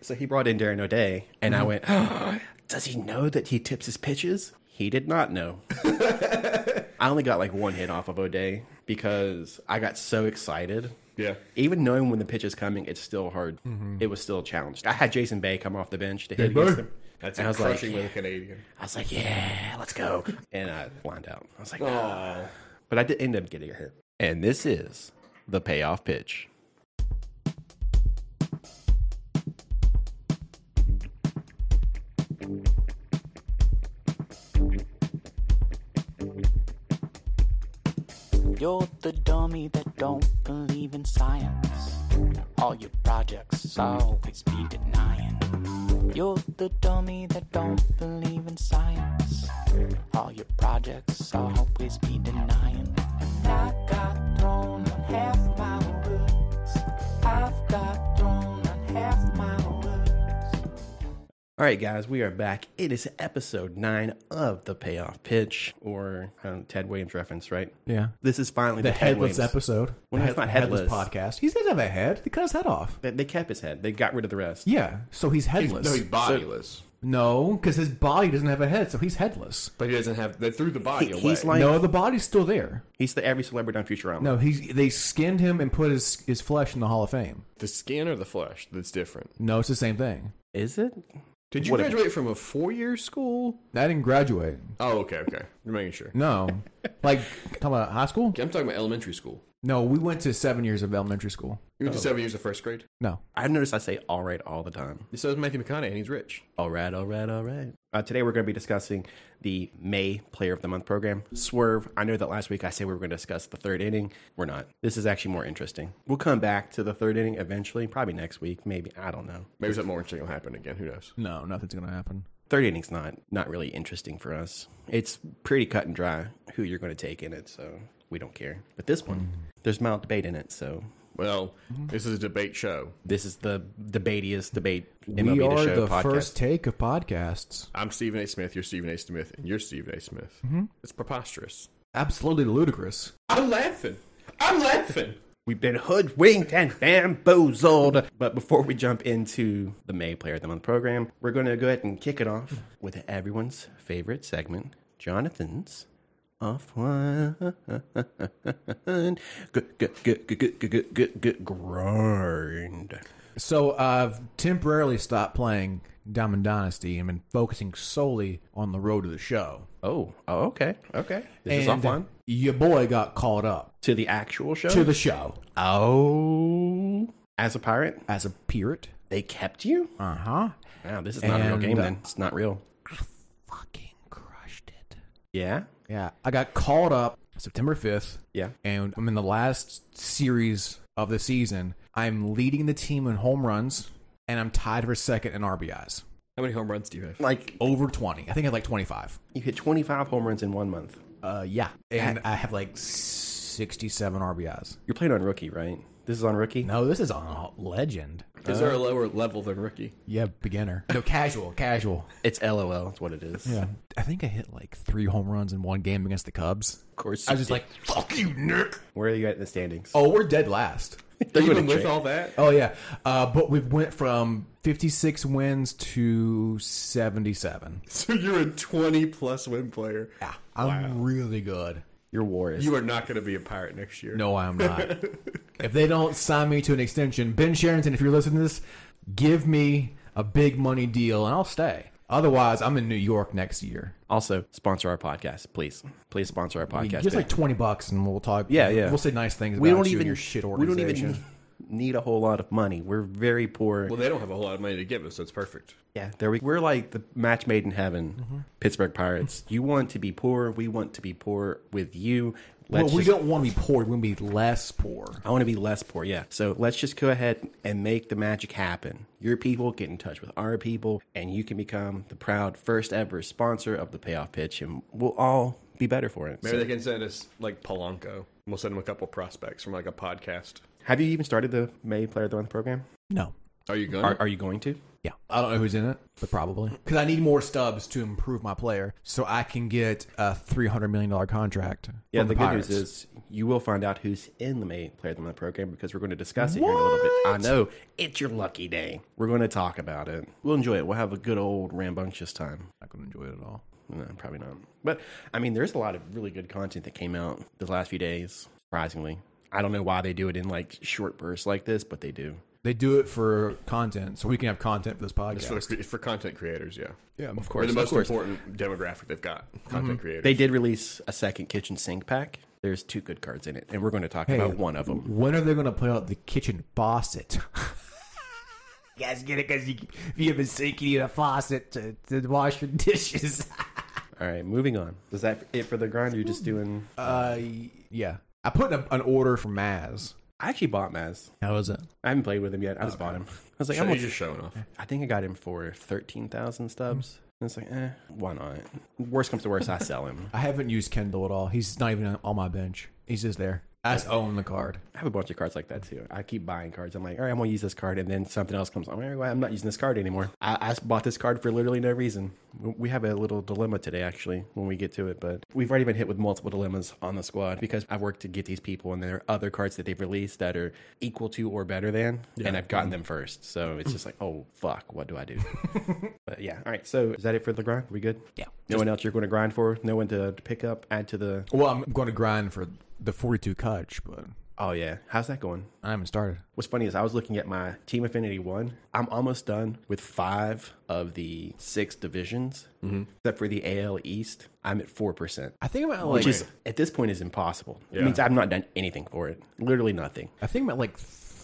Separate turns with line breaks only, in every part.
So he brought in Darren O'Day, and
Mm.
I went, "Oh, Does he know that he tips his pitches? He did not know. I only got like one hit off of O'Day because I got so excited.
Yeah. Mm-hmm.
Even knowing when the pitch is coming, it's still hard. It was still challenged. I had Jason Bay come off the bench to hit
Bay.
against them.
That's
and I
it,
was like,
crushing with a Canadian.
I was like, yeah, let's go. And I blind out. I was like, oh. But I did end up getting a hit. And this is the payoff pitch.
You're the dummy that don't believe in science. All your projects always be denying. You're the dummy that don't believe in science. All your projects always be denying. And I got thrown on half my words. I've got thrown on half my words.
All right, guys, we are back. It is episode nine of the payoff pitch, or um, Ted Williams reference, right?
Yeah.
This is finally the,
The
Ted
headless
Williams.
episode.
Well,
the
it's not headless.
podcast. He doesn't have a head. They cut his head off.
They, they kept his head. They got rid of the rest.
Yeah. So he's
He's,
headless.
no, he's bodiless,
no, because his body doesn't have a head, so he's headless.
but he doesn't have. They threw the body
He-
away.
he's like-
no, the body's still there.
He's the every celebrity on Futurama.
No, he's they skinned him and put his his flesh in the Hall of Fame.
the skin or the flesh. That's different.
No, it's the same thing.
Is it?
Did you
What if-
graduate from a four-year school?
I didn't graduate.
Oh, okay, okay. You're making sure.
No, like talking about high school.
I'm talking about elementary school. Oh.
No, we went to seven years of elementary school.
You went to seven years of first grade.
No,
I've noticed I say all right all the time.
So is Matthew McConaughey, and he's rich.
All right, all right, all right. Uh, today we're going to be discussing the May Player of the Month program. Swerve. I know that last week I said we were going to discuss the third inning. We're not. This is actually more interesting. We'll come back to the third inning eventually, probably next week, maybe. I don't know.
Maybe something more interesting will happen again. Who knows?
no, nothing's gonna happen.
Third inning's not not really interesting for us. It's pretty cut and dry who you're going to take in it, so we don't care. But this
Mm.
one, there's mild debate in it, so
Well,
Mm-hmm.
this is a debate show.
this is the debatiest debate. MLB
we
The
are
Show
the
podcast.
first take of podcasts.
I'm Stephen A. Smith. You're Stephen A. Smith, and you're Stephen A. Smith.
Mm-hmm.
It's preposterous.
Absolutely ludicrous.
I'm laughing. I'm laughing.
We've been hoodwinked and bamboozled. But before we jump into the May Player of the Month program, we're going to go ahead and kick it off
Mm.
with everyone's favorite segment, Jonathan's offline. Good, good, good, good, good, good, good, good, good grind.
So I've temporarily stopped playing Diamond Dynasty and been focusing solely on the road to the show.
Oh, oh, okay, okay. This is
and
offline
Your boy got called up
to the actual show.
to the show
oh, as a pirate,
as a pirate.
they kept you.
Uh huh.
Wow, this is not a real
And,
game.
uh,
Then it's not real.
Fucking crushed it.
Yeah,
Yeah, I got called up September 5th.
Yeah.
And I'm in the last series of the season. I'm leading the team in home runs, and I'm tied for second in RBIs.
How many home runs do you have?
like
Over 20. I think I had like 25.
you hit twenty five home runs in one month.
Uh, yeah. And I have like 67 RBIs.
You're playing on rookie, right? This is on rookie.
No, this is on legend.
Is there a lower level than rookie?
Yeah, beginner. No, casual, casual.
It's LOL. That's what it is.
Yeah. I think I hit like three home runs in one game against the Cubs.
Of course.
I was just like, fuck you, Nick.
where are you at in the standings?
Oh, we're dead last.
They're
Even
gonna
with
trade.
all that,
Oh yeah, uh, but we went from 56 wins to 77.
so you're a 20 plus win player.
Yeah, I'm really good.
your war is.
You are not going to be a pirate next year.
No, I'm not. if they don't sign me to an extension, Ben Sherrington, if you're listening to this, give me a big money deal and I'll stay. Otherwise, I'm in New York next year.
also, sponsor our podcast, please. Please sponsor our podcast.
Just like 20 bucks, and we'll talk.
Yeah, yeah.
We'll say nice things about
we don't
you
even
and your shit
we don't
organization.
even need a whole lot of money. We're very poor.
Well, they don't have a whole lot of money to give us, so it's perfect.
yeah, there we. We're like the match made in heaven. Pittsburgh Pirates. You want to be poor. We want to be poor with you. Let's
Well, we
just-
don't want to be poor. We want to be less poor.
I want to be less poor, yeah. So let's just go ahead and make the magic happen. Your people get in touch with our people, and you can become the proud first ever sponsor of the payoff pitch, and we'll all be better for it.
Maybe
So-
they can send us like Polanco. We'll send them a couple prospects from like a podcast.
have you even started the May Player of the Month program?
No.
Are you going?
Are, are you going to?
Yeah. I don't know who's in it, but probably. Because I need more stubs to improve my player so I can get a $300 million contract.
Yeah,
from
the,
the,
good
Pirates.
news is you will find out who's in the main player of the month program because we're going to discuss it here in a little bit. I know it's your lucky day. We're going to talk about it. We'll enjoy it. We'll have a good old rambunctious time.
I'm not going to enjoy it at all.
No, probably not. But I mean, there's a lot of really good content that came out the last few days. Surprisingly, I don't know why they do it in like short bursts like this, but they do.
They do it for content, so we can have content for this podcast.
It's for, the, it's for content creators, yeah.
yeah, of
They're
course.
the
of
most
course.
important demographic they've got. Content creators.
They did release a second kitchen sink pack. There's two good cards in it, and we're going to talk about one of them.
When are they going to play out the kitchen faucet? you guys get it because you, if you have a sink, you need a faucet to, to wash your dishes.
All right, moving on. Is that it for the grind? You're just doing.
uh, yeah. I put in a, an order for Maz.
I actually bought Maz.
How was it?
I haven't played with him yet. I just bought him. I was like,
Show-
I'm
Oh, you're
gonna-
just showing off.
I think I got him for thirteen thousand stubs. And it's like, eh, why not? Worst comes to worst, I sell him.
I haven't used Kendall at all. He's not even on- on my bench. He's just there. I just own the card.
I have a bunch of cards like that too. I keep buying cards. I'm like, all right, I'm gonna use this card, and then something else comes. I'm like, well, I'm not using this card anymore. I, I s- bought this card for literally no reason. We have a little dilemma today, actually, when we get to it. But we've already been hit with multiple dilemmas on the squad because I've worked to get these people, and there are other cards that they've released that are equal to or better than, and I've gotten them first. So it's just like, oh fuck, what do I do? but yeah, all right. So is that it for the grind? We good?
Yeah.
No one else you're going to grind for? No one to pick up? Add to the?
Well, I'm going to grind for the 42 Kutch, but
Oh yeah, how's that going?
I haven't started.
What's funny is I was looking at my Team Affinity one. I'm almost done with five of the six divisions,
Mm-hmm.
except for the AL East. I'm at four percent,
I think I'm at
which
like
is at this point is impossible. It means I've not done anything for it. Literally nothing.
I think I'm at like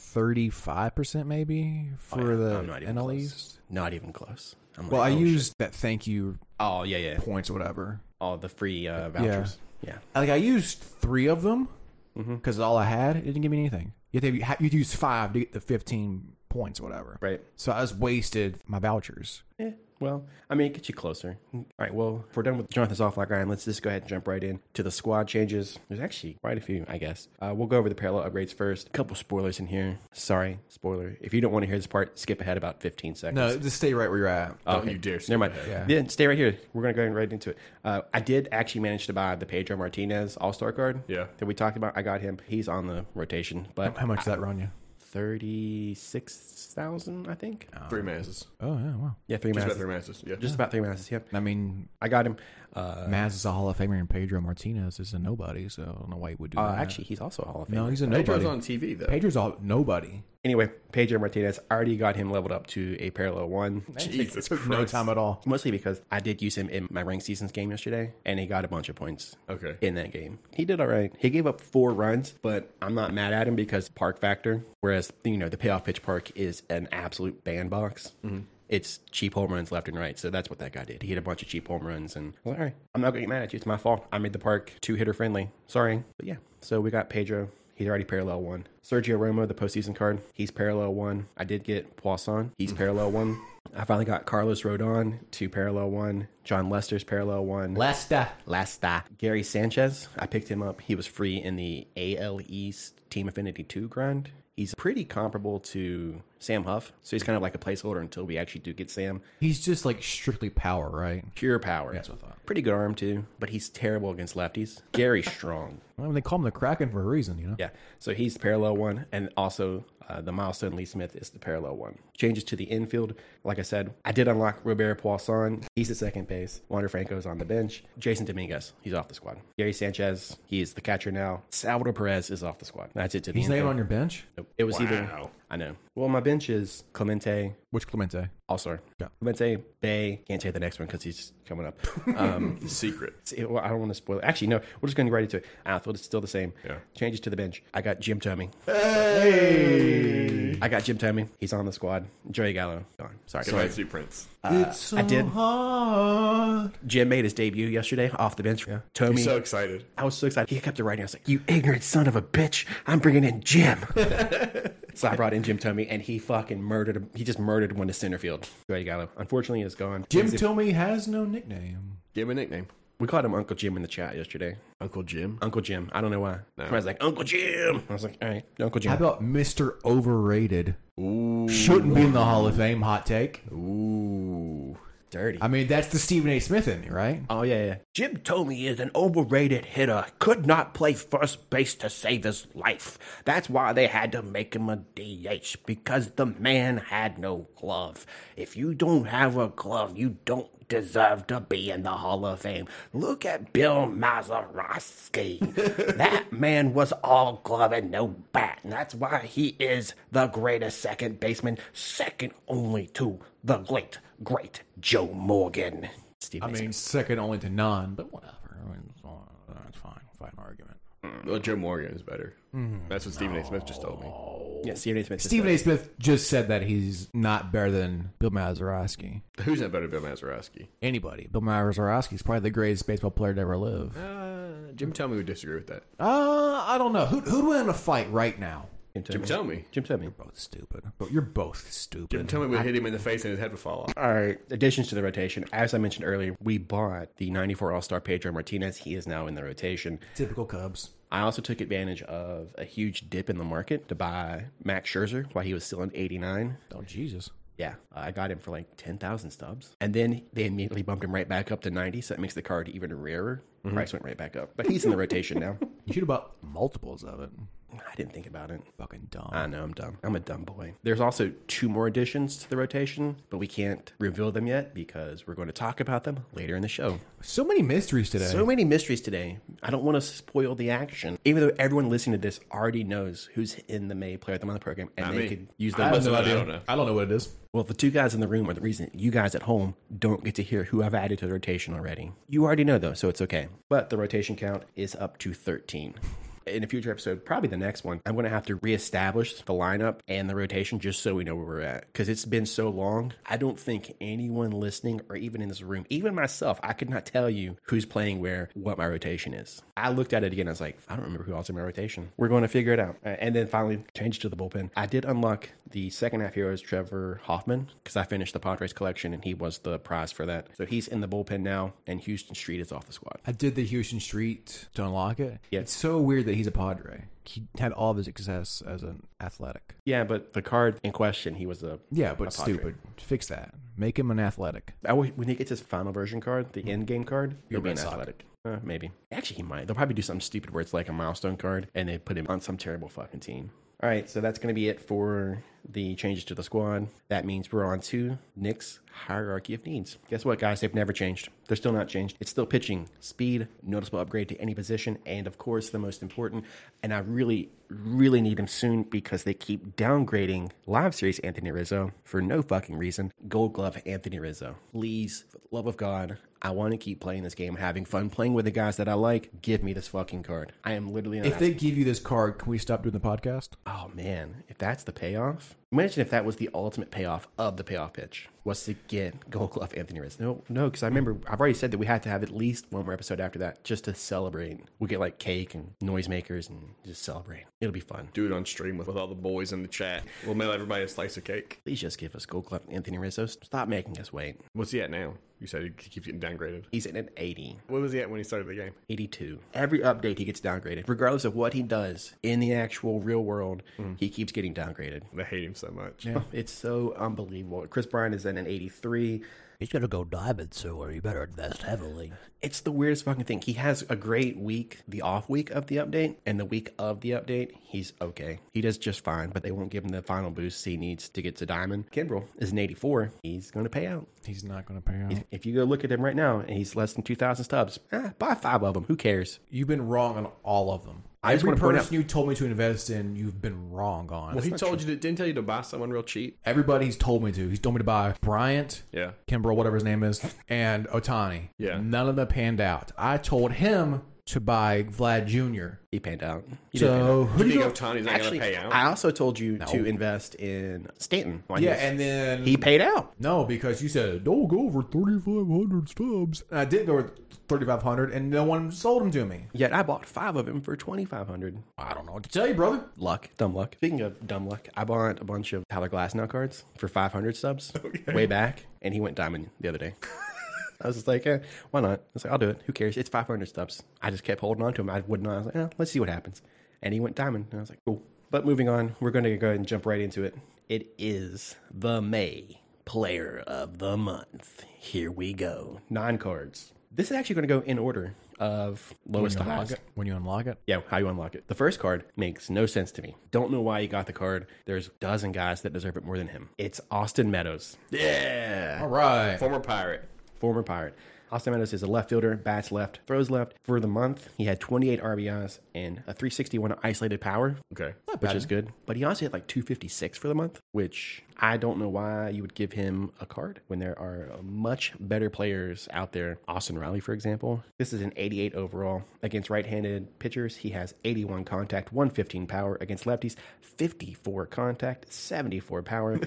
35 percent maybe for the
Oh, I'm not even
NL
close.
East.
Not even close. I'm
Well, I
like, oh,
used that thank you
shit. oh yeah yeah
points or whatever.
all the free uh, vouchers. Yeah.
Like I used three of them
Mm-hmm.
because all I had it didn't give me anything. You have to, you have to use five to get the 15 points or whatever.
right.
So I just wasted my vouchers.
Eh, well, I mean, it gets you closer. All right, well, if we're done with Jonathan's offline grind, let's just go ahead and jump right in to the squad changes. There's actually quite a few, I guess. Uh, we'll go over the parallel upgrades first. A couple spoilers in here. Sorry, spoiler. If you don't want to hear this part, skip ahead about 15 seconds.
No, just stay right where you're at.
Oh,
Don't you dare skip
Never mind.
Yeah.
Then stay right here. We're gonna go right into it. Uh, I did actually manage to buy the Pedro Martinez All Star card.
Yeah.
That we talked about. I got him. He's on the rotation, but
How much does that run you?
thirty six thousand, I think.
Three masses.
Oh yeah, wow.
Yeah, three
Just about
masses.
three masses. Yeah.
Just about three masses. Yep.
I mean,
I got him. Uh,
Maz is a Hall of Famer and Pedro Martinez is a nobody, so I don't know why he would do
Uh,
that.
actually, he's also a Hall of Famer.
no, he's a
Pedro's
nobody.
on TV though.
Pedro's all nobody.
Anyway, Pedro Martinez I already got him leveled up to a parallel one,
Jesus Christ.
No time at all.
mostly because I did use him in my ranked seasons game yesterday, and he got a bunch of points
Okay.
in that game. He did all right. He gave up four runs, but I'm not mad at him because park factor. Whereas you know the payoff pitch park is an absolute bandbox. It's cheap home runs left and right, so that's what that guy did. He hit a bunch of cheap home runs, and I was like, all right, I'm not gonna get mad at you. It's my fault. I made the park two hitter friendly. Sorry, but yeah. So we got Pedro. He's already parallel one. Sergio Romo, the postseason card, he's parallel one. I did get Poisson. He's parallel one. I finally got Carlos Rodon to parallel one. John Lester's parallel one.
Lesta.
Lasta. Gary Sanchez, I picked him up. He was free in the AL East Team Affinity 2 grind. He's pretty comparable to Sam Huff. So he's kind of like a placeholder until we actually do get Sam.
He's just like strictly power, right?
Pure power. That's
what I thought.
Pretty good arm, too, but he's terrible against lefties. Gary Strong.
Well, they call him the Kraken for a reason, you know.
Yeah. So he's the parallel one. And also, uh, the milestone Lee Smith is the parallel one. Changes to the infield. Like I said, I did unlock Robert Poisson. He's at second base. Wander Franco's on the bench. Jason Dominguez, he's off the squad. Gary Sanchez, he is the catcher now. Salvador Perez is off the squad. That's it to the
He's not even
infield.
on your bench.
It was either. I know. Well, my bench is Clemente,
Which Clemente?
all star.
Yeah.
Clemente, Bay. Can't say the next one because he's coming up. Um,
The secret.
See, well, I don't want to spoil it. Actually, no, we're just going right into it. Outfield is still the same.
Yeah.
Changes to the bench. I got Jim Tomey. Hey! I got Jim Tomey. He's on the squad. Joey Gallo. Gone. Sorry.
Goodbye, Sue Prince.
it's so
I did.
hard.
Jim made his debut yesterday off the bench. Yeah. Tomey.
So excited.
I was so excited. He kept it writing. I was like, you ignorant son of a bitch. I'm bringing in Jim. so I brought in Jim Tomey, and he fucking murdered him. He just murdered one to center field. Joey Gallo. Unfortunately, is gone.
Jim Tomey has no nickname.
Give him a nickname.
We called him Uncle Jim in the chat yesterday.
Uncle Jim.
Uncle Jim. I don't know why. Somebody's like, Uncle Jim. I was like, all right, Uncle Jim.
How about Mr. Overrated?
Ooh.
Shouldn't be in the Hall of Fame. Hot take.
Ooh.
Dirty.
I mean, that's the Stephen A. Smith in me, right?
oh yeah, yeah.
Jim told me is an overrated hitter, could not play first base to save his life. That's why they had to make him a DH, because the man had no glove. If you don't have a glove, you don't deserve to be in the Hall of Fame. Look at Bill Mazeroski. that man was all glove and no bat, and that's why he is the greatest second baseman, second only to the late, great Joe Morgan.
Steve
I mean, second only to none, but whatever. I mean, it's all- that's fine. Fine argument.
Well, Joe Morgan is better.
Mm-hmm.
That's what Stephen A. Smith just told me.
yeah, Stephen A. Smith. is
Stephen
better.
A. Smith just said that he's not better than Bill Mazeroski.
Who's not better than Bill Mazeroski?
Anybody. Bill Mazeroski is probably the greatest baseball player to ever live.
Uh, Jim Tell-Me would disagree with that.
Uh, I don't know. Who, who'd win in a fight right now?
Jim
Uh,
Tell-Me.
Jim Tell me.
Both stupid. But you're both stupid.
Jim Tell-Me would hit him in the face and his head would fall off.
All right. Additions to the rotation. As I mentioned earlier, we bought the 94 All Star Pedro Martinez. He is now in the rotation.
Typical Cubs.
I also took advantage of a huge dip in the market to buy Max Scherzer while he was still in 89.
Oh, Jesus.
Yeah, I got him for like 10,000 stubs. And then they immediately bumped him right back up to 90, so that makes the card even rarer. Price went right back up. But he's in the rotation now.
You should have bought multiples of it.
I didn't think about it.
Fucking dumb.
I know I'm dumb. I'm a dumb boy. There's also two more additions to the rotation, but we can't reveal them yet because we're going to talk about them later in the show.
so many mysteries today.
So many mysteries today. I don't want to spoil the action, even though everyone listening to this already knows who's in the May Player of the Month program, and
Not
they
me.
could use
I
that.
have no
I
idea.
don't know.
I don't know what it is.
Well, the two guys in the room are the reason you guys at home don't get to hear who I've added to the rotation already. You already know though, so it's okay. But the rotation count is up to thirteen. In a future episode, probably the next one, I'm going to have to reestablish the lineup and the rotation just so we know where we're at. Because it's been so long. I don't think anyone listening or even in this room, even myself, I could not tell you who's playing where, what my rotation is. I looked at it again. I was like, I don't remember who else in my rotation. We're going to figure it out. Uh, And then finally changed to the bullpen. I did unlock the second half heroes, Trevor Hoffman, because I finished the Padres collection and he was the prize for that. So he's in the bullpen now, and Houston Street is off the squad.
I did the Houston Street to unlock it.
Yeah.
It's so weird that he's a Padre. He had all of his success as an athletic.
Yeah, but the card in question, he was a.
Yeah, but
a Padre.
stupid. Fix that. Make him an athletic.
I wish, when he gets his final version card,
Hmm.
the end game card, he'll be an
Red Sox.
athletic. Uh, maybe. Actually, he might. They'll probably do something stupid where it's like a milestone card and they put him on some terrible fucking team. All right, so that's going to be it for the changes to the squad. That means we're on to Nick's hierarchy of needs. Guess what, guys? They've never changed. They're still not changed. It's still pitching, speed, noticeable upgrade to any position, and of course, the most important. And I really, really need him soon because they keep downgrading live series Anthony Rizzo for no fucking reason. Gold glove Anthony Rizzo. Please, for the love of God, I want to keep playing this game, having fun, playing with the guys that I like. Give me this fucking card. I am literally not
If they give you this card, can we stop doing the podcast?
Oh man, if that's the payoff, imagine if that was the ultimate payoff of the payoff pitch was to get Gold Glove Anthony Rizzo. No, no, because I remember I've already said that we had to have at least one more episode after that just to celebrate. We'll get like cake and noisemakers and just celebrate. It'll be fun.
Do it on stream with, with all the boys in the chat. We'll mail everybody a slice of cake.
Please just give us Gold Glove Anthony Rizzo. Stop making us wait.
What's he at now? You said he keeps getting downgraded.
He's at an 80,
What was he at when he started the game?
82. Every update he gets downgraded, regardless of what he does in the actual real world. He keeps getting downgraded.
They hate him so much.
It's so unbelievable. Chris Bryant is at an 83.
He's gonna go diamond soon, or you better invest heavily.
It's the weirdest fucking thing. He has a great week, the off week of the update, and the week of the update, he's okay. He does just fine, but they won't give him the final boost he needs to get to diamond. Kimbrel is an 84. He's going to pay out.
He's not going to pay out.
If you go look at him right now, and he's less than 2,000 stubs. Eh, buy five of them. Who cares?
You've been wrong on all of them.
I just
Every
wanna point
person
out-
you told me to invest in, you've been wrong on.
Well, he told you to, didn't tell you to buy someone real cheap.
Everybody he's told me to. He's told me to buy Bryant,
Yeah.
Kimbrell, whatever his name is, and Otani.
Yeah.
None of them panned out. I told him to buy Vlad Jr.
He panned out. He did pan out.
So who
You
do you
think Otani's not going to pay out?
I also told you to invest in Stanton. Why
Yeah,
he-
and then
he paid out.
no, because you said don't go over thirty five hundred stubs. And I did go over thirty five hundred, and no one sold them to me.
Yet I bought five of them for 2,500.
I don't know what to tell you, brother.
luck, dumb luck. Speaking of dumb luck, I bought a bunch of Tyler Glasnow cards for 500 subs way back, and he went diamond the other day. I was just like, eh, why not? I was like, I'll do it. Who cares? It's 500 subs. I just kept holding on to him. I would not. I was like, eh, let's see what happens. And he went diamond, and I was like, cool. But moving on, we're going to go ahead and jump right into it. It is the May Player of the Month. Here we go. Nine cards. This is actually going to go in order of lowest to highest.
When you unlock it,
Yeah, how you unlock it. The first card makes no sense to me. Don't know why he got the card. There's a dozen guys that deserve it more than him. It's Austin Meadows,
Yeah.
all right.
Former pirate.
former Pirate. Austin Meadows is a left fielder, bats left, throws left. For the month, he had 28 RBIs and a 361 isolated power,
Okay.
which is good. But he also had like 256 for the month, which I don't know why you would give him a card when there are much better players out there. Austin Riley, for example, this is an 88 overall. Against right handed pitchers, he has 81 contact, 115 power. Against lefties, 54 contact, 74 power.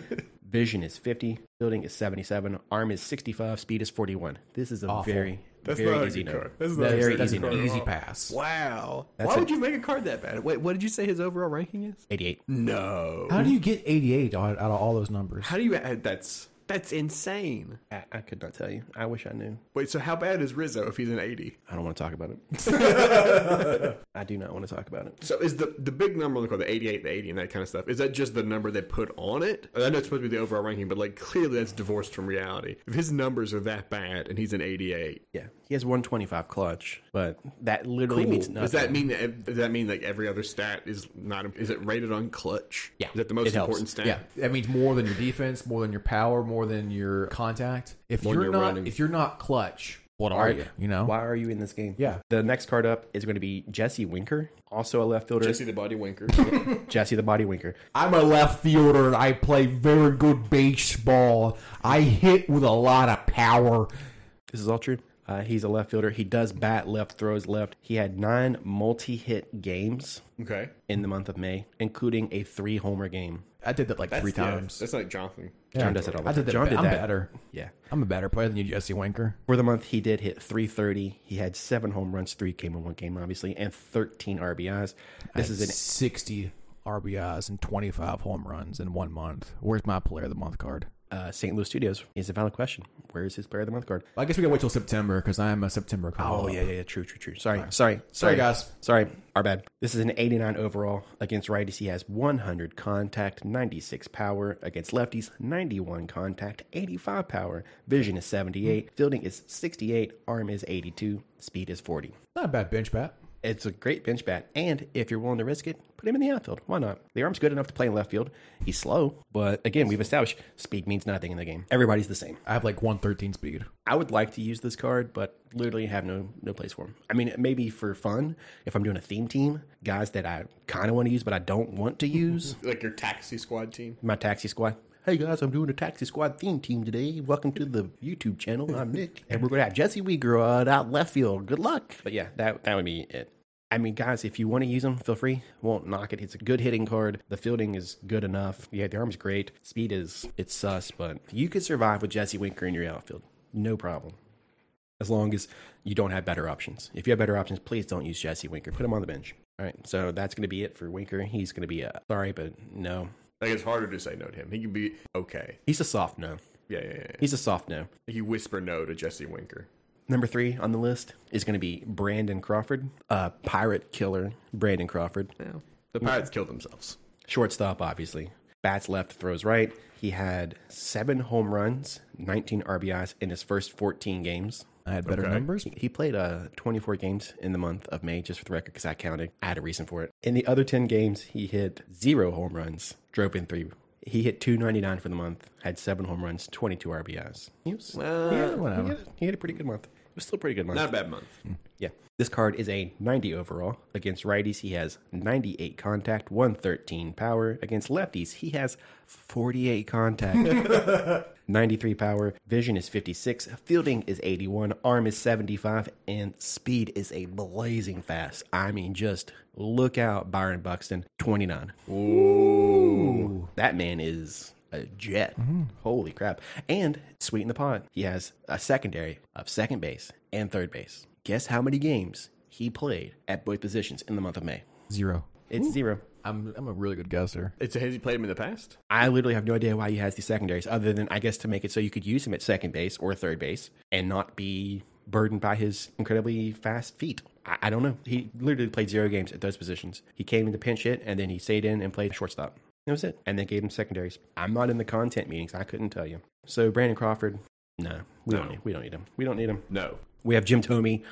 Vision is 50, building is 77, arm is 65, speed is 41. This is a very,
That's
very
not a
easy
good
note.
card. That's not
That's,
a
very
good
that's
easy
an
note.
card.
easy pass.
Wow. Why would you make a card that bad? Wait, what did you say his overall ranking is?
88.
No.
How do you get 88 out, out of all those numbers?
How do you add that's that's insane.
I, I could not tell you. I wish I knew.
Wait, so how bad is Rizzo if he's an 80?
I don't want to talk about it. I do not want to talk about it.
So is the the big number on the card, the 88, the 80, and that kind of stuff, is that just the number they put on it? I know it's supposed to be the overall ranking, but like clearly that's divorced from reality. If his numbers are that bad and he's an 88,
Yeah, he has 125 clutch, but that literally
cool.
means nothing.
does that mean that does that mean like every other stat is not is it rated on clutch?
Yeah.
Is that the most
It helps.
important stat?
Yeah, that means more than your defense, more than your power, more than your contact. If
More
you're
than your
not,
running.
if you're not clutch, what are you? You know,
Why are you in this game?
Yeah.
The next card up is going to be Jesse Winker, also a left fielder. Jesse,
Jesse the body winker.
the body Winker.
I'm a left fielder. I play very good baseball. I hit with a lot of power.
This is all true. Uh, he's a left fielder. He does bat left, throws left. He had nine multi-hit games
okay.
in the month of May, including a three-homer game.
I did that like three
Yeah,
times.
that's like Jonathan.
John does it all the
I
time.
did that.
John did
I'm
that.
better.
Yeah.
I'm a better player than you, Jesse Winker.
For the month, he did hit 330. He had seven home runs, three came in one game, obviously, and 13 RBIs. This is an
60 RBIs and 25 home runs in one month. Where's my player of the month card?
uh, St. Louis Studios. Is a valid question. Where is his player of the month card?
I guess we gotta wait till September because I'm a September call.
Oh yeah, yeah, yeah. True, true, true. Sorry, sorry, sorry,
guys.
Sorry, our bad. This is an 89 overall against righties. He has 100 contact, 96 power against lefties, 91 contact, 85 power. Vision is 78, fielding is 68, arm is 82, speed is 40.
Not a bad bench bat.
It's a great bench bat, and if you're willing to risk it, put him in the outfield. Why not? The arm's good enough to play in left field. He's slow, but again, we've established speed means nothing in the game. Everybody's the same.
I have like 113 speed.
I would like to use this card, but literally have no no place for him. I mean, maybe for fun if I'm doing a theme team, guys that I kind of want to use but I don't want to use.
Like your taxi squad team.
My taxi squad. Hey guys, I'm doing a taxi squad theme team today. Welcome to the YouTube channel. I'm Nick, and we're gonna have Jesse Weger on out left field. Good luck. But yeah, that that would be it. I mean, guys, if you want to use him, feel free. Won't knock it. It's a good hitting card. The fielding is good enough. Yeah, the arm's great. Speed is it's sus, but you could survive with Jesse Winker in your outfield. No problem as long as you don't have better options. If you have better options, please don't use Jesse Winker. Put him on the bench. All right. So that's going to be it for Winker. He's going to be a sorry, but no.
Like it's harder to say no to him. He can be okay.
He's a soft no.
Yeah, yeah, yeah.
He's a soft no.
You whisper no to Jesse Winker.
Number three on the list is going to be Brandon Crawford, uh, pirate killer. Brandon Crawford,
The pirates killed themselves.
shortstop, obviously. Bats left, throws right. He had seven home runs, 19 RBIs in his first 14 games.
I had better numbers.
He played uh, 24 games in the month of May, just for the record, because I counted. I had a reason for it. In the other 10 games, he hit zero home runs, drove in three. He hit 299 for the month, had seven home runs, 22 RBIs. He was, yeah, whatever. He had, he had a pretty good month. It was still a pretty good month.
Not a bad month.
Yeah. This card is a 90 overall. Against righties, he has 98 contact, 113 power. Against lefties, he has 48 contact, 93 power. Vision is 56. Fielding is 81. Arm is 75. And speed is a blazing fast. I mean, just look out, Byron Buxton, 29. Ooh. That man is a jet. Holy crap. And sweeten the pot. He has a secondary of second base and third base. Guess how many games he played at both positions in the month of May?
Zero.
It's zero.
I'm I'm a really good guesser.
It's has he played him in the past?
I literally have no idea why he has these secondaries, other than I guess to make it so you could use him at second base or third base and not be burdened by his incredibly fast feet. I, I don't know. He literally played zero games at those positions. He came in to pinch hit, and then he stayed in and played shortstop. That was it. And they gave him secondaries. I'm not in the content meetings. I couldn't tell you. So Brandon Crawford, no, we don't
No.
need. We don't need him. We don't need him.
No.
We have Jim Tomey,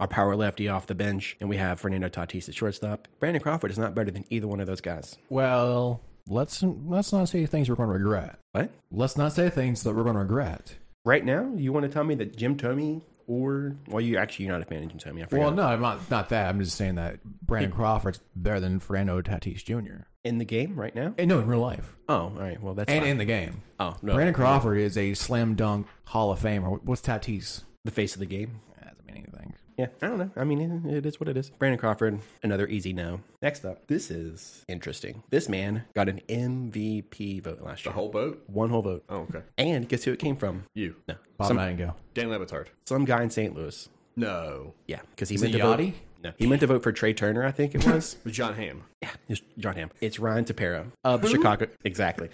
our power lefty off the bench, and we have Fernando Tatis at shortstop. Brandon Crawford is not better than either one of those guys.
Well, let's let's not say things we're going to regret.
What?
Let's not say things that we're going to regret.
Right now, you want to tell me that Jim Tomey or well, you actually you're not a fan of Jim Tomey. I forgot.
Well, no, I'm not not that. I'm just saying that Brandon Crawford's better than Fernando Tatis Jr.
in the game right now.
And no, in real life
Oh, all right. Well, that's
and
fine.
in the game.
oh no,
Brandon Crawford is a slam dunk Hall of Famer. What's Tatis?
the face of the game.
That doesn't mean anything.
Yeah, I don't know. I mean, it it is what it is. Brandon Crawford, another easy no. Next up, this is interesting. This man got an MVP vote last
The
year.
whole boat?
One whole vote.
Oh, okay.
And guess who it came from?
You.
No.
Bob
Some,
Nightingale.
Dan Levitard.
some guy in St. Louis.
No.
Yeah, because he
Is
meant
it
to vote.
Yachty?
No, he meant to vote for Trey Turner. I think it was.
John Hamm.
yeah, it's John Hamm. It's Ryan Tapera of Chicago. Exactly.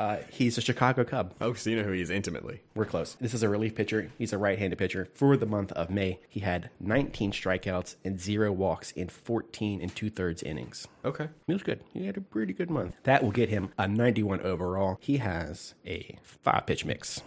Uh, he's a Chicago Cub.
Oh, so you know who he is intimately.
We're close. This is a relief pitcher. He's a right-handed pitcher. For the month of May, he had 19 strikeouts and zero walks in 14 and two-thirds innings.
Okay.
He was good. He had a pretty good month. That will get him a 91 overall. He has a five-pitch mix.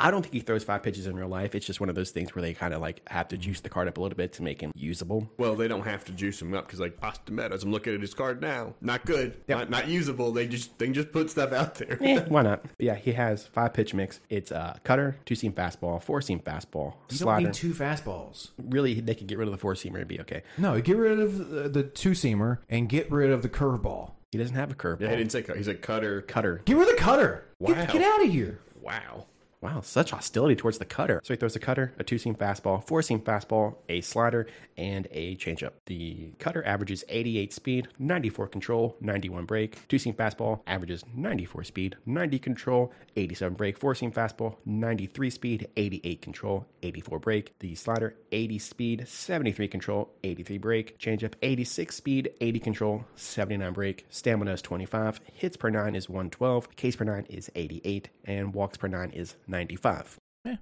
I don't think he throws five pitches in real life. It's just one of those things where they kind of like have to juice the card up a little bit to make him usable.
Well, they don't have to juice him up because, like, Austin Meadows, I'm looking at his card now. Not good. Not, not usable. They just they can just put stuff out there.
Eh, why not? But yeah, he has five pitch mix. It's uh, cutter, two seam fastball, four seam fastball,
You don't
slider.
need two fastballs.
really, they can get rid of the four seamer and be okay.
No, get rid of the, the two seamer and get rid of the curveball.
He doesn't have a curveball.
Yeah, he didn't say cut. He's a cutter.
cutter.
Get rid of the cutter.
Wow.
Get, get out of here.
Wow.
Wow, such hostility towards the cutter. So he throws a cutter, a two seam fastball, four seam fastball, a slider, and a changeup. The cutter averages 88 speed, 94 control, 91 break. Two seam fastball averages 94 speed, 90 control, 87 break. Four seam fastball, 93 speed, 88 control, 84 break. The slider, 80 speed, 73 control, 83 break. Changeup, 86 speed, 80 control, 79 break. Stamina is 25. Hits per nine is 112. Case per nine is 88. And walks per nine is 95.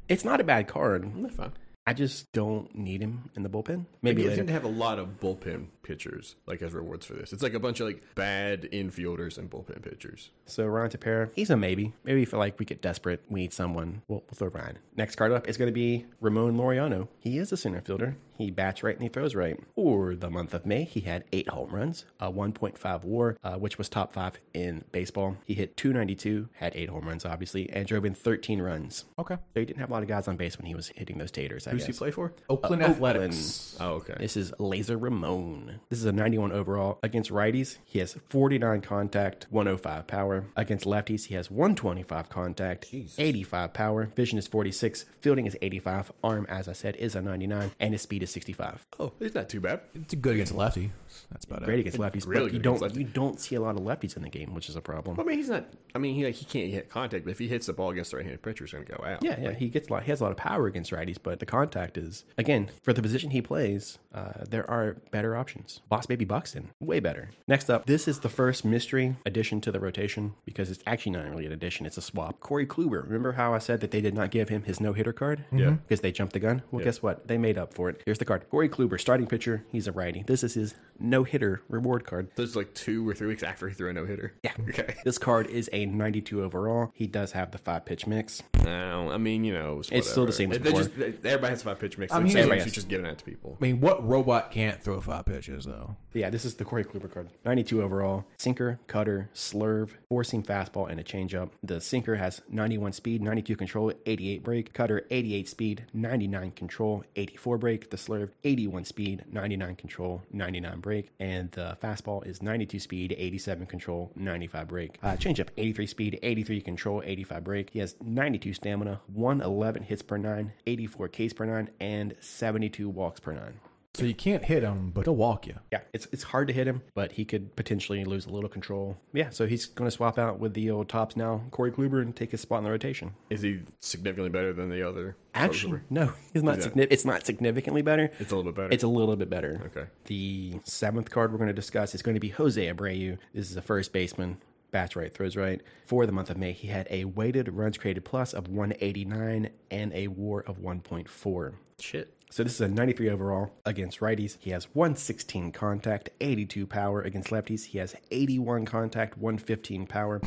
It's not a bad card.
Fine.
I just don't need him in the bullpen. Maybe
Maybe they seem to
later.
have a lot of bullpen pitchers, like as rewards for this. It's like a bunch of like bad infielders and bullpen pitchers.
So Ryan Tapera, he's a maybe. Maybe if like we get desperate, we need someone. We'll, we'll throw Ryan. Next card up is going to be Ramon Laureano. He is a center fielder. He bats right and he throws right. For the month of May, he had eight home runs, a 1.5 WAR, uh, which was top five in baseball. He hit 292, had eight home runs, obviously, and drove in 13 runs.
Okay.
So he didn't have a lot of guys on base when he was hitting those taters. I
Who's he
guess.
play for?
Oakland Athletics.
Oh, okay.
This is Laser Ramon. This is a 91 overall. Against righties, he has 49 contact, 105 power. Against lefties, he has 125 contact, 85 power. Vision is 46, fielding is 85, arm, as I said, is a 99, and his speed is 65.
Oh, it's not too bad.
It's good against a lefty. That's about
Great
it.
against lefties,
Oh, Really
but you
good
don't
against lefties.
you don't see a lot of lefties in the game, which is a problem.
I mean, he's not. I mean, he like, he can't hit contact, but if he hits the ball against the right-handed pitcher, it's going to go out.
Yeah, yeah, he gets a lot. He has a lot of power against righties, but the contact is again for the position he plays. Uh, there are better options. Boss Baby Buxton, way better. Next up, this is the first mystery addition to the rotation because it's actually not really an addition; it's a swap. Corey Kluber. Remember how I said that they did not give him his no hitter card? Yeah, because they jumped the gun. Well, guess what? They made up for it. Here's the card. Corey Kluber, starting pitcher. He's a righty. This is his no hitter reward card.
Those like two or three weeks after he threw a no-hitter. Yeah. Okay.
This card is a 92 overall. He does have the five pitch mix.
No, I mean, you know, it's,
It's still the same
whatever.
as
They- they
before.
just- they- everybody has five pitch mix.
I
I
mean,
mean,
everybody
has-
just giving out to people.
I mean, what robot can't throw five pitches though?
Yeah, this is the Corey Kluber card. 92 overall, sinker, cutter, slurve, four seam fastball, and a changeup. The sinker has 91 speed, 92 control, 88 break. Cutter, 88 speed, 99 control, 84 break. The slurve, 81 speed, 99 control, 99 break. And the fastball is 92 speed, 87 control, 95 break. Uh, changeup, 83 speed, 83 control, 85 break. He has 92 stamina, 111 hits per nine, 84 Ks per nine, and 72 walks per nine.
So you can't hit him, but he'll walk you.
Yeah, it's it's hard to hit him, but he could potentially lose a little control. Yeah, so he's going to swap out with the old tops now, Corey Kluber, and take his spot in the rotation.
Is he significantly better than the other?
Actually, no, he's not.
Yeah.
Signi- it's not significantly better.
It's a little bit better.
It's a little bit better.
Okay.
The seventh card we're going to discuss is going to be Jose Abreu. This is a first baseman. Bats right, throws right. For the month of May, he had a weighted runs created plus of 189 and a war of 1.4.
shit.
So this is a 93 overall against righties. He has 116 contact, 82 power. Against lefties, he has 81 contact, 115 power.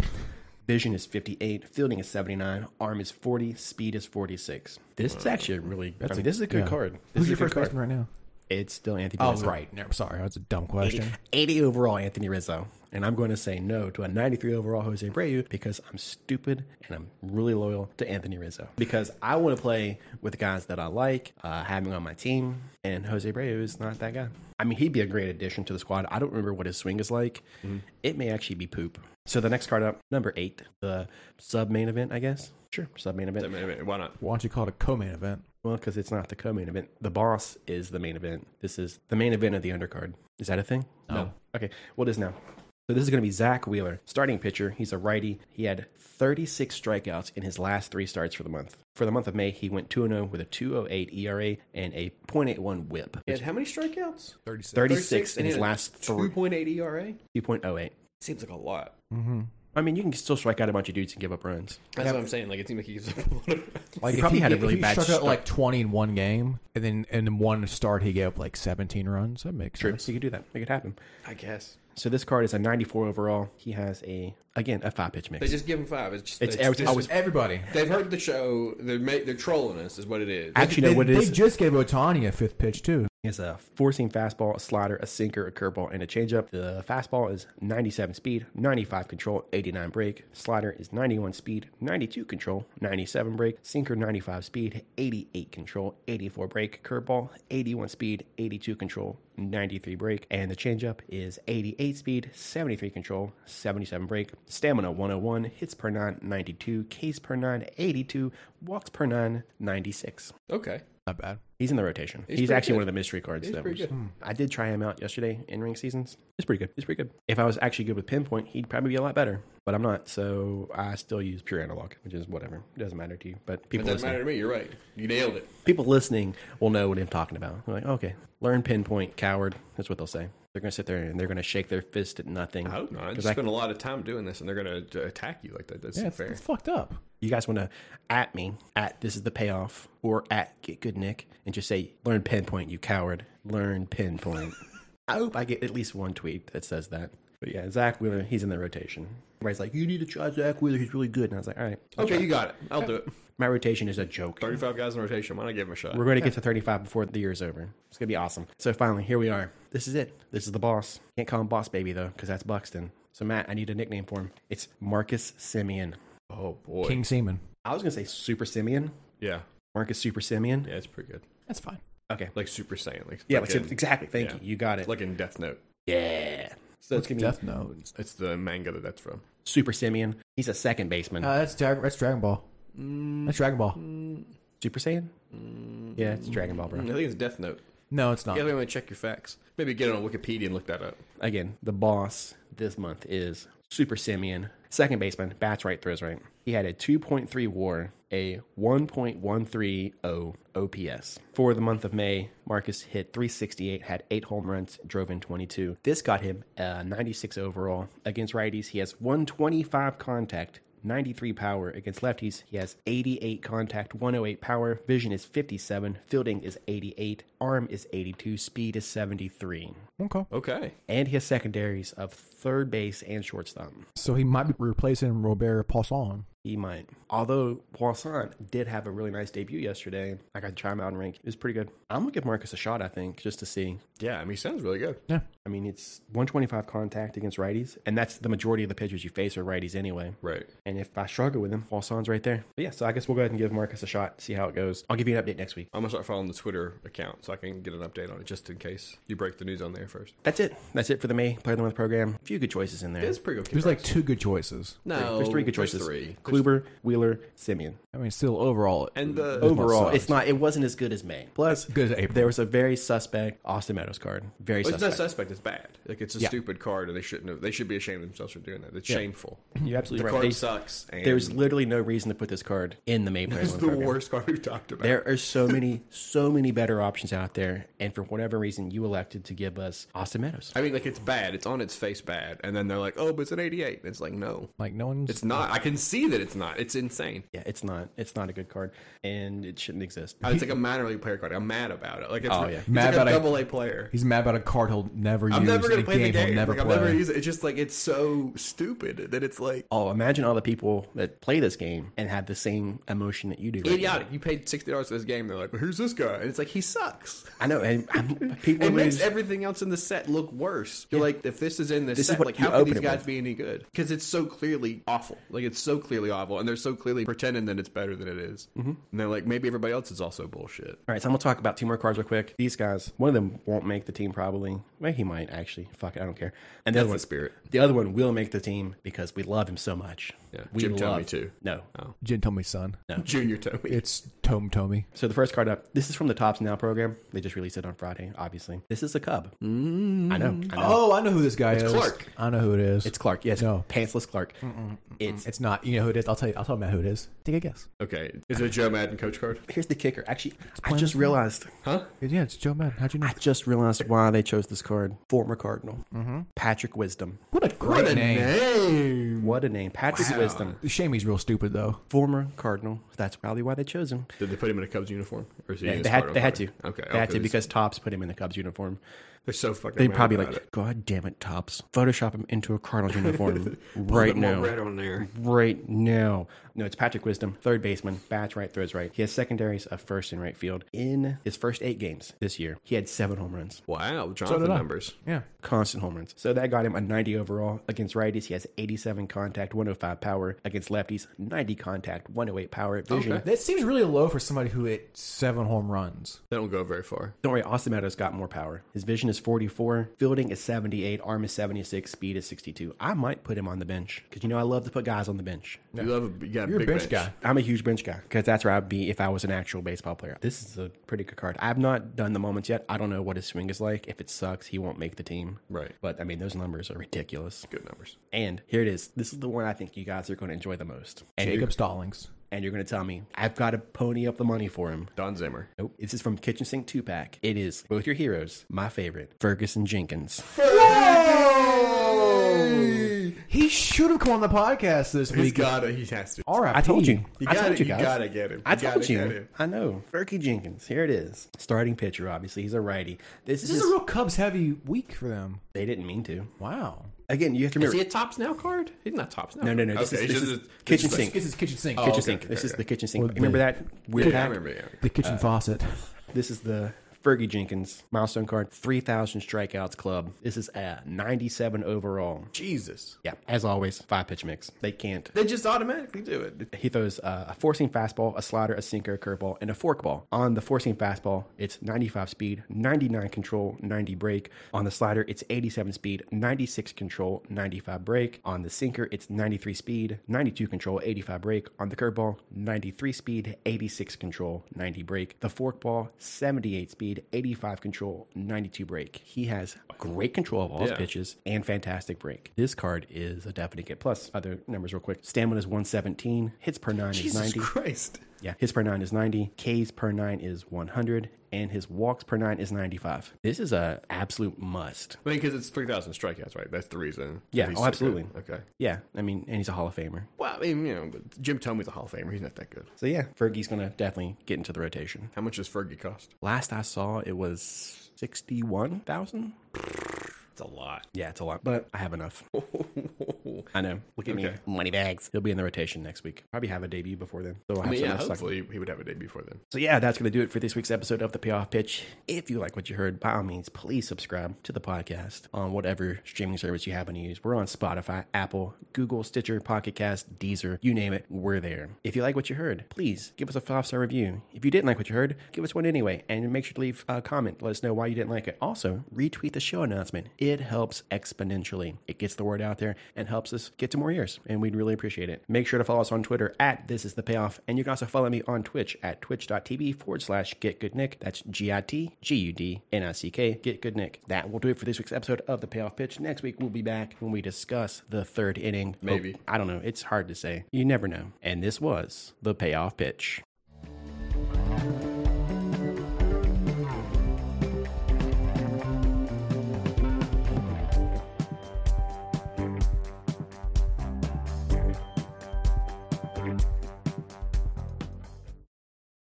Vision is 58, fielding is 79, arm is 40, speed is 46. This is actually a really. I mean, this is a good
yeah.
card. This
Who's
is a
your
good
first
card.
baseman right now?
It's still Anthony.
Oh,
Rizzo.
right. Never, sorry, that's a dumb question.
80 overall Anthony Rizzo. And I'm going to say no to a 93 overall Jose Abreu because I'm stupid and I'm really loyal to Anthony Rizzo. Because I want to play with the guys that I like, uh, having on my team, and Jose Abreu is not that guy. I mean, he'd be a great addition to the squad. I don't remember what his swing is like.
Mm-hmm.
It may actually be poop. So the next card up, number eight, the sub main event, I guess. Sure, sub main event.
I mean, I mean, why not?
Why don't you call it a co-main event?
Well, because it's not the co main event. The boss is the main event. This is the main event of the undercard. Is that a thing?
No.
Okay. What is now? So this is going to be Zach Wheeler, starting pitcher. He's a righty. He had 36 strikeouts in his last three starts for the month. For the month of May, he went 2 0 with a 208 ERA and E a .81 whip.
He had how many strikeouts?
36.
36 in his
and
last three.
2.8 ERA?
2.08.
Seems like a lot.
I mean, you can still strike out a bunch of dudes and give up runs.
That's what I'm saying. Like, it seems like he gives up a lot of.
Like
He
if
probably had a
if
really
he
bad
struck out
start.
like twenty in one game, and then and in one start he gave up like seventeen runs. That makes
True.
sense.
You could do that. Make it happen.
I guess.
So this card is a 94 overall. He has a, again, a five pitch mix.
They just give him five. It's just.
It's
it's
everything-
just-
I was-
Everybody.
they've heard the show. They're, ma- they're trolling us, is what it is.
Actually, you
they,
know what it
they
is?
just gave Otani a fifth pitch too.
He has a four seam fastball, a slider, a sinker, a curveball, and a changeup. The fastball is 97 speed, 95 control, 89 break. Slider is 91 speed, 92 control, 97 break. Sinker 95 speed, 88 control, 84 break. Curveball 81 speed, 82 control, 93 break. And the changeup is 88 speed, 73 control, 77 break. Stamina 101, hits per nine 92, Ks per nine 82, walks per nine 96.
Okay.
Not bad.
He's in the rotation. He's,
pretty
actually
good.
one of the mystery cards.
He's
that
pretty
was-
good.
I did try him out yesterday in ring seasons. Hmm. He's pretty good. He's pretty good. If I was actually good with pinpoint, he'd probably be a lot better. But I'm not, so I still use pure analog, which is whatever. It doesn't matter to you. But
It
people
doesn't
listening,
matter to me. You're right. You nailed it.
people listening will know what I'm talking about. They're like, okay, learn pinpoint, coward. That's what they'll say. They're gonna sit there and they're gonna shake their fist at nothing.
I hope not. I
'Cause
just spent a lot of time doing this, and they're going to attack you like that. That's
Yeah, it's,
fair.
it's fucked up.
you guys want to at me at this is the payoff or at get good nick and just say learn pinpoint you coward learn pinpoint i hope i get at least one tweet that says that but yeah zach wheeler he's in the rotation everybody's like you need to try zach wheeler he's really good and i was like all right
Okay, you got it. I'll do it.
my rotation is a joke
35 guys in rotation. Why not give him a shot?
we're going to get to 35 before the year's over it's going to be awesome so finally here we are this is it this is the boss can't call him boss baby though because that's buxton so matt i need a nickname for him it's marcus simeon
Oh, boy.
King Seaman.
i was going to say super simeon
Yeah.
marcus super simeon
Yeah, it's pretty good.
That's fine.
okay
Like Super Saiyan. Like,
Yeah,
like
like,
in-
exactly. Thank
yeah.
you. You got it.
Like in Death Note.
yeah. So it's gonna be
Death Note.
It's the manga that that's from.
Super Simeon. He's a second baseman.
Uh, that's Dra- that's Dragon Ball.
Mm.
That's Dragon Ball.
Super Saiyan. yeah, it's Dragon Ball, bro.
I think it's Death Note.
No, it's not.
Yeah, let me check your facts. Maybe get on Wikipedia and look that up.
Again, the boss this month is Super Simeon, second baseman, bats right, throws right. He had a 2.3 WAR, a 1.130 OPS for the month of May. Marcus hit 368, had eight home runs, drove in 22. This got him uh, 96 overall against righties. He has 125 contact, 93 power against lefties. He has 88 contact, 108 power. Vision is 57. Fielding is 88. Arm is 82. Speed is 73.
Okay.
Okay.
And he has secondaries of third base and shortstop.
So he might be replacing Robert Poisson.
He might. Although Poisson did have a really nice debut yesterday. I got to try him out in rank. It was pretty good. I'm going to give Marcus a shot, I think, just to see.
Yeah, I mean, he sounds really good.
Yeah.
I mean, it's 125 contact against righties, and that's the majority of the pitchers you face are righties anyway.
Right.
And if I struggle with him, Poisson's right there. But yeah, so I guess we'll go ahead and give Marcus a shot, see how it goes. I'll give you an update next week.
I'm gonna start following the Twitter account so I can get an update on it just in case you break the news on there first.
That's it. That's it for the May Player of the Month program. A few good choices in there.
It's pretty good.
There's like two good choices.
no,
there's three good choices.
three.
Kluber, Wheeler, Simeon.
I mean, still overall.
And the
Overall,
sucks.
it's not. It wasn't as good as May. Plus,
good as April.
There was a very suspect Austin Meadows card. Very
Well, it's not
suspect.
Oh, suspect. It's bad. Like it's a stupid card, and they shouldn't have. They should be ashamed of themselves for doing that. It's shameful.
You're absolutely
The
right.
card
They-
sucks. And
There's literally no reason to put this card in the May Player of
it's
the Month
the
program.
worst card we've talked about.
There are so many, so many better options out there, and for whatever reason, you elected to give us Austin Meadows.
I mean, like it's bad. It's on its face bad, and then they're like, "Oh, but it's an 88." It's like, no,
Like, no one's.
it's not. I can see that that it's not. It's insane.
Yeah, it's not. It's not a good card, and it shouldn't exist.
Uh, It's like a minor league player card. I'm mad about it. Like it's,
Oh, yeah.
it's
Mad
like
about
a
it.
double A player.
He's mad about a card he'll never use.
I'm never
and
gonna
a
play the
game he'll
game.
never
like,
play.
I'm never use it. It's just like it's so stupid that it's like
Oh, imagine all the people that play this game and have the same emotion that you do. Right now.
idiotic. You paid sixty dollars for this game. They're like, who's this guy? And it's like he sucks.
I know, and, and people
It makes
lose.
everything else in the set look worse. You're like, if this is in this,
This is
set,
what
like
you
how can
open
these
it
guys
with.
be any good? Because it's so clearly awful. Like it's so clearly awful, and they're so clearly pretending that it's better than it is. And they're like, maybe everybody else is also bullshit.
all right, so I'm gonna talk about two more cards real quick. These guys, one of them won't make the team probably. Well, he might actually. Fuck it, I don't care. And the other
the
one,
spirit.
The other one will make the team because we love him so much.
Yeah.
we
Jim
love
Tomey, too. Oh.
No,
Jin Tomi's son.
Junior Toby.
It's Tom Tomi.
So the first card up, this is from the Tops Now program. They just released it on Friday, obviously. This is a cub. Mm. I know. I know.
Oh, I know who this guy is.
Clark.
I know who it is.
It's Clark. Yes.
No.
Pantsless Clark. It's
It's not. You know who it is. I'll tell you. I'll tell Matt who it is. Take a guess.
okay. Is it a Joe Madden coach card?
Here's the kicker. Actually, I just realized.
Huh?
Yeah, it's Joe Madden. How'd you know?
I just realized why they chose this card. Former Cardinal. Patrick Wisdom.
what a great
name.
What a name. Patrick
Wow.
Wisdom.
Shame he's real stupid though.
Former Cardinal. That's probably why they chose him.
Did they put him in a Cubs uniform? Or is he in
They,
his
they had,
Cardinal
they had to.
card? Okay.
They had
okay,
to because Tops put him in the Cubs uniform.
they're so fucking.
They
mad
probably
about
like,
it.
God damn it, Tops. Photoshop him into a Cardinals uniform right
Put more
now.
red on there.
right now. No, it's Patrick Wisdom, third baseman, bats right, throws right. He has secondaries of first and right field. In his first eight games this year, he had seven home runs,
Wow,
So
Jonathan
did I.
numbers.
Yeah.
constant home runs. So that got him a 90 overall. Against righties, he has 87 contact, 105 power. Against lefties, 90 contact, 108 power. Vision.
Okay.
That seems really low for somebody who hit seven home runs.
They don't go very far.
Don't worry, Austin Meadows got more power. His vision is 44, fielding is 78, arm is 76, speed is 62. I might put him on the bench because you know I love to put guys on the bench.
You love a, you got a
You're
big
a bench, guy.
I'm a huge bench guy because that's where I'd be if I was an actual baseball player. This is a pretty good card. I've not done the moments yet. I don't know what his swing is like. If it sucks, he won't make the team.
Right.
But I mean, those numbers are ridiculous.
Good numbers.
And here it is. This is the one I think you guys are going to enjoy the most. And you're,
Jacob Stallings.
and you're going to tell me I've got to pony up the money for him.
Don Zimmer.
Nope. This is from Kitchen Sink Two Pack. It is both your heroes. My favorite, Ferguson Jenkins.
He should have come on the podcast this
He's
week.
got it. He has to.
RIP.
I told you.
You
I
gotta-
told you
you
guys.
gotta get him.
I
You
told
gotta get
you.
him.
I know. Fergie Jenkins. Here it is. Starting pitcher, obviously. He's a righty. This,
This
is
is a
just-
real Cubs heavy week for them.
They didn't mean to.
Wow.
Again, you have to remember.
a tops now card? He's not tops now.
No, no, no. This
okay,
is, this
he's
is
just
kitchen
a- this is
sink.
This is kitchen sink.
kitchen
okay,
sink.
okay,
this is
okay.
the kitchen sink.
Or the-
remember that weird
Yeah, I
pack?
remember. Yeah.
The kitchen faucet.
This is the Fergie Jenkins milestone card, three thousand strikeouts club. This is a ninety-seven overall.
Jesus.
Yeah, as always, five pitch mix. They can't.
They just automatically do it.
He throws uh, a forcing fastball, a slider, a sinker, a curveball, and a forkball. On the forcing fastball, it's 95 speed, 99 control, 90 break. On the slider, it's 87 speed, 96 control, 95 break. On the sinker, it's 93 speed, 92 control, 85 break. On the curveball, 93 speed, 86 control, 90 break. The forkball, 78 speed, 85 control, 92 break. He has great control of all his
Yeah.
pitches and fantastic break. This card is a definite get plus. Other numbers real quick. Stamina is 117, hits per 9
Jesus
is 90.
Christ.
Yeah, hits per 9 is 90, Ks per 9 is 100, and his walks per 9 is 95. This is a absolute must.
I mean, because it's 3,000 strikeouts, right? That's the reason.
Yeah,
He's
oh,
so good.
absolutely.
Okay.
Yeah, I mean, and he's a Hall of Famer.
Well, I mean, you know, but Jim Tomey's a Hall of Famer. He's not that good.
So yeah, Fergie's going to definitely get into the rotation.
How much does Fergie cost?
Last I saw, it was 61,000.
It's a lot.
Yeah, it's a lot, but I have enough. I know. Look at me.
Okay.
Money bags. He'll be in the rotation next week. Probably have a debut before then. So I'll have
I mean,
some
yeah,
next cycle.
hopefully he would have a day before then.
So yeah, that's going to do it for this week's episode of the Payoff Pitch. If you like what you heard, by all means, please subscribe to the podcast on whatever streaming service you happen to use. We're on Spotify, Apple, Google, Stitcher, Pocket Cast, Deezer, you name it, we're there. If you like what you heard, please give us a five star review. If you didn't like what you heard, give us one anyway, and make sure to leave a comment. Let us know why you didn't like it. Also, retweet the show announcement. It helps exponentially. It gets the word out there and helps us get to more ears, and we'd really appreciate it. Make sure to follow us on Twitter at This Is The Payoff, and you can also follow me on Twitch at twitch.tv forward slash getgoodnick. That's G I T G U D N I C K, Get Good Nick. That will do it for this week's episode of The Payoff Pitch. Next week, we'll be back when we discuss the third inning.
Maybe.
Oh, I don't know. It's hard to say. You never know. And this was The Payoff Pitch.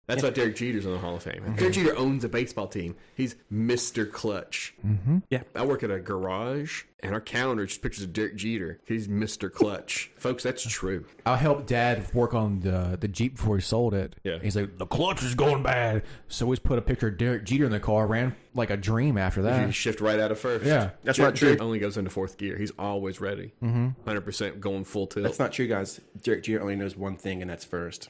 That's why Derek Jeter's in the Hall of Fame. Derek Jeter owns a baseball team. He's Mr. Clutch. Mm-hmm.
Yeah.
I work at a garage, and our calendar is just pictures of Derek Jeter. He's Mr. Clutch. Folks, that's true.
I helped Dad work on the the Jeep before he sold it.
Yeah.
he's like the clutch is going bad, so we just put a picture of Derek Jeter in the car. Ran like a dream after
You
that.
shift right out of first.
Yeah.
That's
Derek
not true.
Jeter only goes into fourth gear. He's always ready. Mm-hmm. 100% going full tilt.
That's not true, guys. Derek Jeter only knows one thing, and that's first.